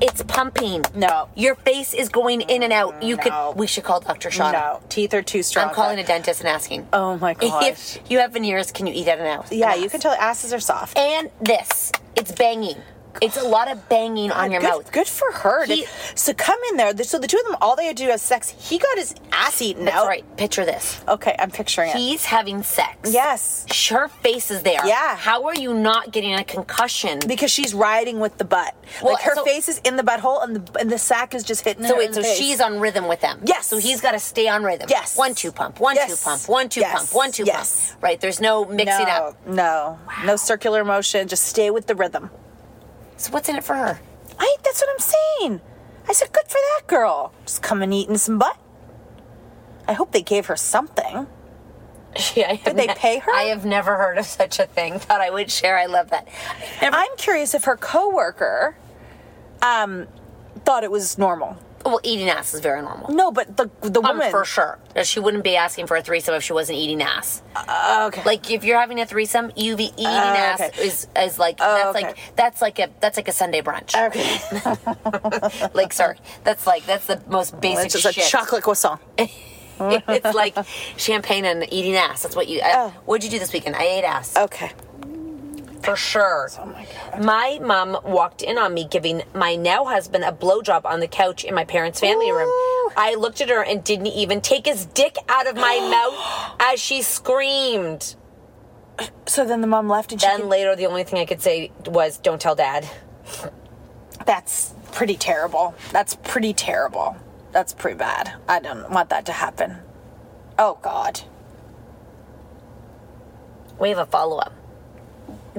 [SPEAKER 2] It's pumping.
[SPEAKER 1] No.
[SPEAKER 2] Your face is going in and out. You
[SPEAKER 1] No.
[SPEAKER 2] could. We should call Dr. Shauna.
[SPEAKER 1] No, teeth are too strong.
[SPEAKER 2] I'm calling
[SPEAKER 1] for
[SPEAKER 2] a dentist and asking.
[SPEAKER 1] Oh my gosh.
[SPEAKER 2] If you have veneers, can you eat at an ass?
[SPEAKER 1] Yeah, you can tell asses are soft.
[SPEAKER 2] And this, it's banging. It's a lot of banging on your
[SPEAKER 1] good,
[SPEAKER 2] mouth.
[SPEAKER 1] Good for her. to-
[SPEAKER 2] He-
[SPEAKER 1] so come in there. So the two of them, all they had to do was sex. He got his ass eaten
[SPEAKER 2] That's
[SPEAKER 1] out.
[SPEAKER 2] right. Picture this.
[SPEAKER 1] Okay, I'm picturing it.
[SPEAKER 2] He's having sex.
[SPEAKER 1] Yes.
[SPEAKER 2] Her face is there.
[SPEAKER 1] Yeah.
[SPEAKER 2] How are you not getting a concussion?
[SPEAKER 1] Because she's riding with the butt.
[SPEAKER 2] Well,
[SPEAKER 1] like her
[SPEAKER 2] so-
[SPEAKER 1] face is in the butthole and the and the sack is just hitting
[SPEAKER 2] So
[SPEAKER 1] her
[SPEAKER 2] wait,
[SPEAKER 1] in
[SPEAKER 2] so
[SPEAKER 1] the face.
[SPEAKER 2] she's on rhythm with them.
[SPEAKER 1] Yes.
[SPEAKER 2] So he's got to stay on rhythm.
[SPEAKER 1] Yes.
[SPEAKER 2] One two pump. One
[SPEAKER 1] Yes.
[SPEAKER 2] two pump. One two
[SPEAKER 1] Yes.
[SPEAKER 2] pump. One two
[SPEAKER 1] Yes.
[SPEAKER 2] pump. Right. There's no mixing
[SPEAKER 1] no,
[SPEAKER 2] up.
[SPEAKER 1] No. No circular motion. Just stay with the rhythm.
[SPEAKER 2] So what's in it for her?
[SPEAKER 1] I that's what I'm saying. I said good for that girl. Just come and eating some butt. I hope they gave her something.
[SPEAKER 2] Yeah,
[SPEAKER 1] Did they pay her?
[SPEAKER 2] I have never heard of such a thing. Thought I would share. I love that.
[SPEAKER 1] I'm curious if her coworker um thought it was normal.
[SPEAKER 2] Well, eating ass is very normal.
[SPEAKER 1] No, but the the
[SPEAKER 2] Um,
[SPEAKER 1] woman
[SPEAKER 2] for sure. She wouldn't be asking for a threesome if she wasn't eating ass.
[SPEAKER 1] Uh, Okay. Uh,
[SPEAKER 2] Like if you're having a threesome, you be eating ass
[SPEAKER 1] okay.
[SPEAKER 2] is, is like
[SPEAKER 1] Oh,
[SPEAKER 2] that's
[SPEAKER 1] okay.
[SPEAKER 2] like that's like a that's like a Sunday brunch. like sorry, that's like that's the most basic
[SPEAKER 1] it's just
[SPEAKER 2] shit.
[SPEAKER 1] a chocolate croissant.
[SPEAKER 2] it's like champagne and eating ass. That's what you. I, What'd you do this weekend? I ate ass
[SPEAKER 1] Oh. Okay.
[SPEAKER 2] for sure.
[SPEAKER 1] Oh
[SPEAKER 2] my mom walked in on me giving my now husband a blowjob on the couch in my parents' family room. I looked at her and didn't even take his dick out of my mouth as she screamed.
[SPEAKER 1] So then the mom left and she
[SPEAKER 2] Then later, the only thing I could say was, "Don't tell dad."
[SPEAKER 1] That's pretty terrible. That's pretty terrible. That's pretty bad. I don't want that to happen. Oh god.
[SPEAKER 2] We have a follow up.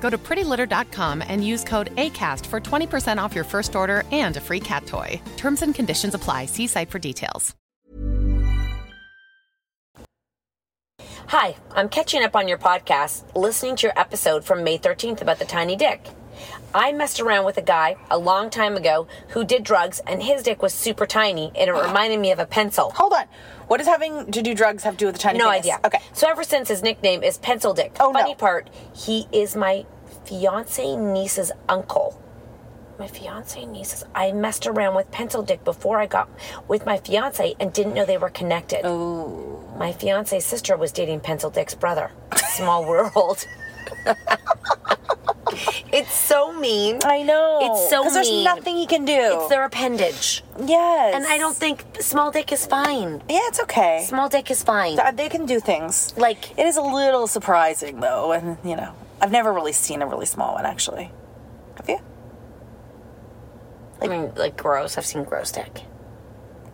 [SPEAKER 7] Go to prettylitter.com and use code ACAST for 20% off your first order and a free cat toy. Terms and conditions apply. See site for details.
[SPEAKER 2] Hi, I'm catching up on your podcast, listening to your episode from May 13th about the tiny dick. I messed around with a guy a long time ago who did drugs, and his dick was super tiny, and it reminded me of a pencil.
[SPEAKER 1] Hold on. What does having to do drugs have to do with the tiny
[SPEAKER 2] No
[SPEAKER 1] penis?
[SPEAKER 2] idea.
[SPEAKER 1] Okay.
[SPEAKER 2] So ever since his nickname is Pencil Dick. Oh, Funny part, he is my fiance niece's uncle. My fiance niece's. I messed around with Pencil Dick before I got with my fiance and didn't know they were connected. Oh. My fiance's sister was dating Pencil Dick's brother. Small world. it's so mean.
[SPEAKER 1] I know.
[SPEAKER 2] It's so mean.
[SPEAKER 1] Because there's nothing he can do.
[SPEAKER 2] It's their appendage.
[SPEAKER 1] Yes.
[SPEAKER 2] And I don't think small dick is fine.
[SPEAKER 1] Yeah, it's okay.
[SPEAKER 2] Small dick is fine.
[SPEAKER 1] Th- They can do things.
[SPEAKER 2] Like
[SPEAKER 1] it is a little surprising though, and you know, I've never really seen a really small one actually. Have you?
[SPEAKER 2] Like, I mean, like gross. I've seen gross dick.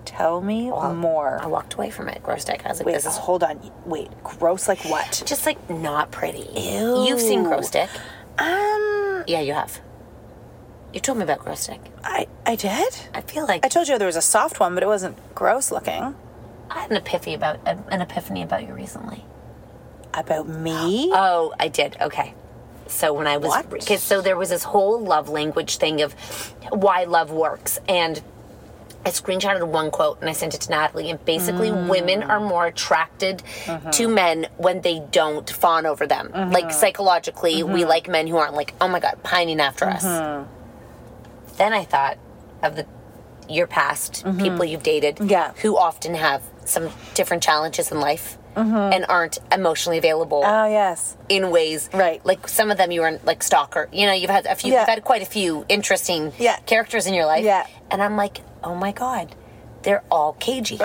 [SPEAKER 1] Tell me more.
[SPEAKER 2] I walked away from it. Gross dick. I was like,
[SPEAKER 1] Wait,
[SPEAKER 2] this is
[SPEAKER 1] hold on. Wait, gross like what?
[SPEAKER 2] Just like not pretty.
[SPEAKER 1] Ew.
[SPEAKER 2] You've seen gross dick. Um. Yeah, you have. You told me about gross dick.
[SPEAKER 1] I I did.
[SPEAKER 2] I feel like
[SPEAKER 1] I told you there was a soft one, but it wasn't gross looking.
[SPEAKER 2] I had an epiphany about an epiphany about you recently.
[SPEAKER 1] About me?
[SPEAKER 2] Oh, I did. Okay. So when I was
[SPEAKER 1] What?
[SPEAKER 2] cause so there was this whole love language thing of why love works and I screenshotted one quote and I sent it to Natalie and basically
[SPEAKER 1] Mm.
[SPEAKER 2] women are more attracted
[SPEAKER 1] Mm-hmm.
[SPEAKER 2] to men when they don't fawn over them. Like psychologically,
[SPEAKER 1] Mm-hmm.
[SPEAKER 2] we like men who aren't like, "Oh my god, pining after us." Then I thought of the your past,
[SPEAKER 1] Mm-hmm.
[SPEAKER 2] people you've dated yeah. who often have some different challenges in life and aren't emotionally available
[SPEAKER 1] Mm-hmm. Oh yes.
[SPEAKER 2] in ways right like some of them you were like stalker you know you've had a few
[SPEAKER 1] Yeah.
[SPEAKER 2] you've had quite a few interesting
[SPEAKER 1] Yeah.
[SPEAKER 2] characters in your life
[SPEAKER 1] Yeah.
[SPEAKER 2] and i'm like oh my god they're all cagey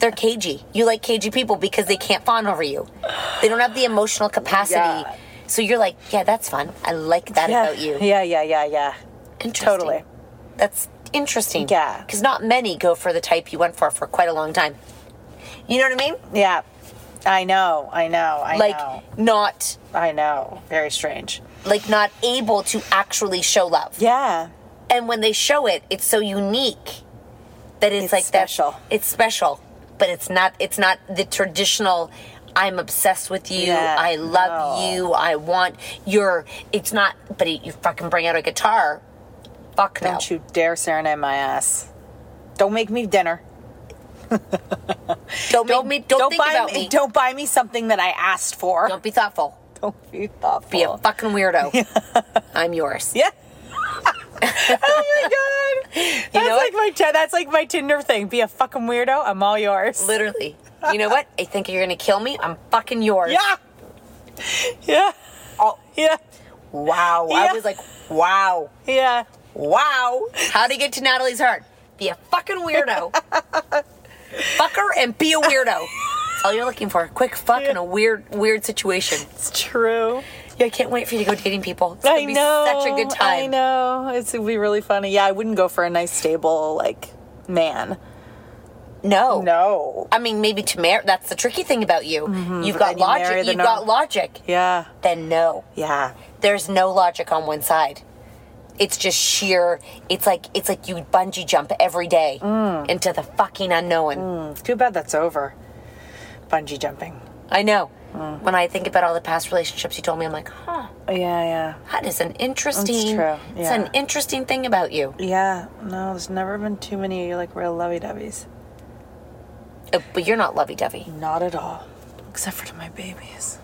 [SPEAKER 2] they're cagey you like cagey people because they can't fawn over you they don't have the emotional capacity
[SPEAKER 1] Yeah.
[SPEAKER 2] so you're like yeah that's fun i like that
[SPEAKER 1] yeah.
[SPEAKER 2] about you
[SPEAKER 1] Yeah, yeah, yeah, yeah.
[SPEAKER 2] Interesting.
[SPEAKER 1] Totally.
[SPEAKER 2] that's interesting
[SPEAKER 1] Yeah.
[SPEAKER 2] because not many go for the type you went for for quite a long time you know what i mean
[SPEAKER 1] Yeah. I know. oh, I know. I
[SPEAKER 2] like
[SPEAKER 1] know.
[SPEAKER 2] not
[SPEAKER 1] I know. Very strange.
[SPEAKER 2] like not able to actually show love
[SPEAKER 1] Yeah.
[SPEAKER 2] and when they show it it's so unique that it's,
[SPEAKER 1] It's
[SPEAKER 2] like that-
[SPEAKER 1] special.
[SPEAKER 2] it's special but it's not it's not the traditional i'm obsessed with you
[SPEAKER 1] Yeah,
[SPEAKER 2] i love
[SPEAKER 1] no.
[SPEAKER 2] you i want your it's not but it, you fucking bring out a guitar fuck no
[SPEAKER 1] Don't you dare serenade my ass. Don't make me dinner.
[SPEAKER 2] don't, make me don't, think
[SPEAKER 1] buy
[SPEAKER 2] about
[SPEAKER 1] me,
[SPEAKER 2] me don't,
[SPEAKER 1] Don't buy me something that I asked for.
[SPEAKER 2] be thoughtful
[SPEAKER 1] Don't be thoughtful.
[SPEAKER 2] be a fucking weirdo i'm yours
[SPEAKER 1] yeah. oh my god. That's
[SPEAKER 2] know
[SPEAKER 1] like my ti- that's like my Tinder thing. Be a fucking weirdo. I'm all yours.
[SPEAKER 2] literally you know what i think you're gonna kill me i'm fucking yours
[SPEAKER 1] Yeah. Yeah.
[SPEAKER 2] Oh,
[SPEAKER 1] Yeah.
[SPEAKER 2] wow
[SPEAKER 1] Yeah.
[SPEAKER 2] i was like wow
[SPEAKER 1] Yeah.
[SPEAKER 2] Wow. How to get to Natalie's heart? Be a fucking weirdo. fuck her and be a weirdo. That's all you're looking for. A quick fuck in a weird, weird situation.
[SPEAKER 1] It's true.
[SPEAKER 2] Yeah, I can't wait for you to go dating people. It's
[SPEAKER 1] I
[SPEAKER 2] gonna be
[SPEAKER 1] know.
[SPEAKER 2] such a good time.
[SPEAKER 1] I know. It's it'd be really funny. Yeah, I wouldn't go for a nice stable like man.
[SPEAKER 2] No.
[SPEAKER 1] No.
[SPEAKER 2] I mean, maybe to marry. That's the tricky thing about you. You've
[SPEAKER 1] Mm-hmm. Mm, Then you marry
[SPEAKER 2] got logic.
[SPEAKER 1] the
[SPEAKER 2] You've
[SPEAKER 1] no-
[SPEAKER 2] got logic.
[SPEAKER 1] Yeah.
[SPEAKER 2] Then no.
[SPEAKER 1] Yeah.
[SPEAKER 2] There's no logic on one side. It's just sheer. It's like it's like you bungee jump every day into the fucking unknown.
[SPEAKER 1] Mm. Too bad that's over. Bungee jumping. Mm.
[SPEAKER 2] I know. When I think about all the past relationships you told me, I'm like, huh,
[SPEAKER 1] Yeah, yeah.
[SPEAKER 2] that is an interesting.
[SPEAKER 1] true,
[SPEAKER 2] It's
[SPEAKER 1] yeah.
[SPEAKER 2] an interesting thing about you.
[SPEAKER 1] Yeah. No, there's never been too many like real lovey doveys.
[SPEAKER 2] Uh, But you're not lovey-dovey.
[SPEAKER 1] Not at all. Except for to my babies.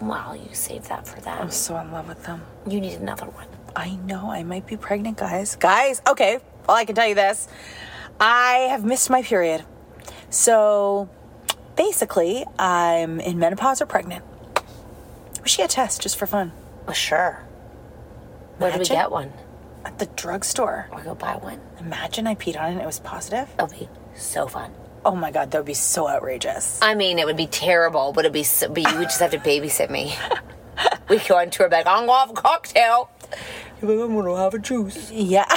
[SPEAKER 2] Wow, you saved that for
[SPEAKER 1] I'm
[SPEAKER 2] that.
[SPEAKER 1] so in love with them.
[SPEAKER 2] You need another one.
[SPEAKER 1] I know I might be pregnant, guys. Guys, okay. Well, I can tell you this. I have missed my period. So basically, I'm in menopause or pregnant. We should get a test just for fun. Well, sure.
[SPEAKER 2] Where do we get one?
[SPEAKER 1] At the drugstore.
[SPEAKER 2] Or go buy one.
[SPEAKER 1] Imagine I peed on it and it was positive.
[SPEAKER 2] That'd be so fun.
[SPEAKER 1] Oh my god, that would be so outrageous.
[SPEAKER 2] I mean, it would be terrible, but it'd be, so, but you would just have to babysit me. we go on tour, back. I'm gonna have a cocktail.
[SPEAKER 1] You're like, I'm gonna have a juice. Yeah.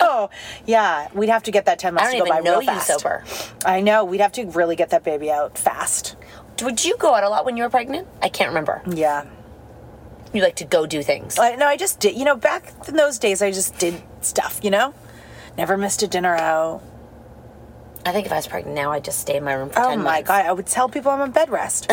[SPEAKER 1] oh, yeah. We'd have to get that ten months
[SPEAKER 2] I
[SPEAKER 1] to
[SPEAKER 2] don't
[SPEAKER 1] go by
[SPEAKER 2] even know
[SPEAKER 1] real
[SPEAKER 2] you
[SPEAKER 1] fast.
[SPEAKER 2] sober.
[SPEAKER 1] I know. We'd have to really get that baby out fast.
[SPEAKER 2] Would you go out a lot when you were pregnant? I can't remember.
[SPEAKER 1] Yeah.
[SPEAKER 2] You like to go do things.
[SPEAKER 1] I, no, I just did. You know, back in those days, I just did stuff. You know, never missed a dinner out.
[SPEAKER 2] I think if I was pregnant now, I'd just stay in my room for
[SPEAKER 1] Oh
[SPEAKER 2] 10
[SPEAKER 1] my
[SPEAKER 2] months.
[SPEAKER 1] god, I would tell people I'm on bed rest,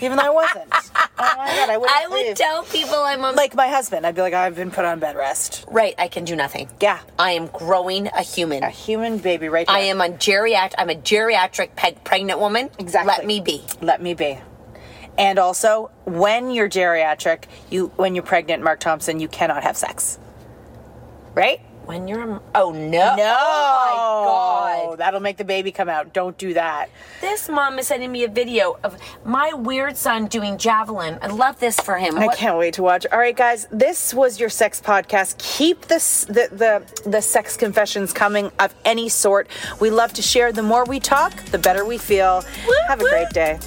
[SPEAKER 1] even though I wasn't. Oh my god, I would.
[SPEAKER 2] I would tell people I'm on.
[SPEAKER 1] Like my husband, I'd be like, I've been put on bed rest.
[SPEAKER 2] Right, I can do nothing.
[SPEAKER 1] Yeah,
[SPEAKER 2] I am growing a human. A
[SPEAKER 1] human baby right
[SPEAKER 2] I
[SPEAKER 1] there.
[SPEAKER 2] am on geriatric. I'm a geriatric peg- pregnant woman.
[SPEAKER 1] Exactly.
[SPEAKER 2] Let me be.
[SPEAKER 1] Let me be. And also, when you're geriatric, you when you're pregnant, Mark Thompson, you cannot have sex. Right?
[SPEAKER 2] When you're a, oh no
[SPEAKER 1] no
[SPEAKER 2] Oh, my God.
[SPEAKER 1] that'll make the baby come out. Don't do that.
[SPEAKER 2] This mom is sending me a video of my weird son doing javelin. I love this for him.
[SPEAKER 1] I
[SPEAKER 2] What-
[SPEAKER 1] can't wait to watch. All right, guys, this was your sex podcast. Keep this the the, the sex confessions coming of any sort. We love to share. The more we talk, the better we feel. Have a great day.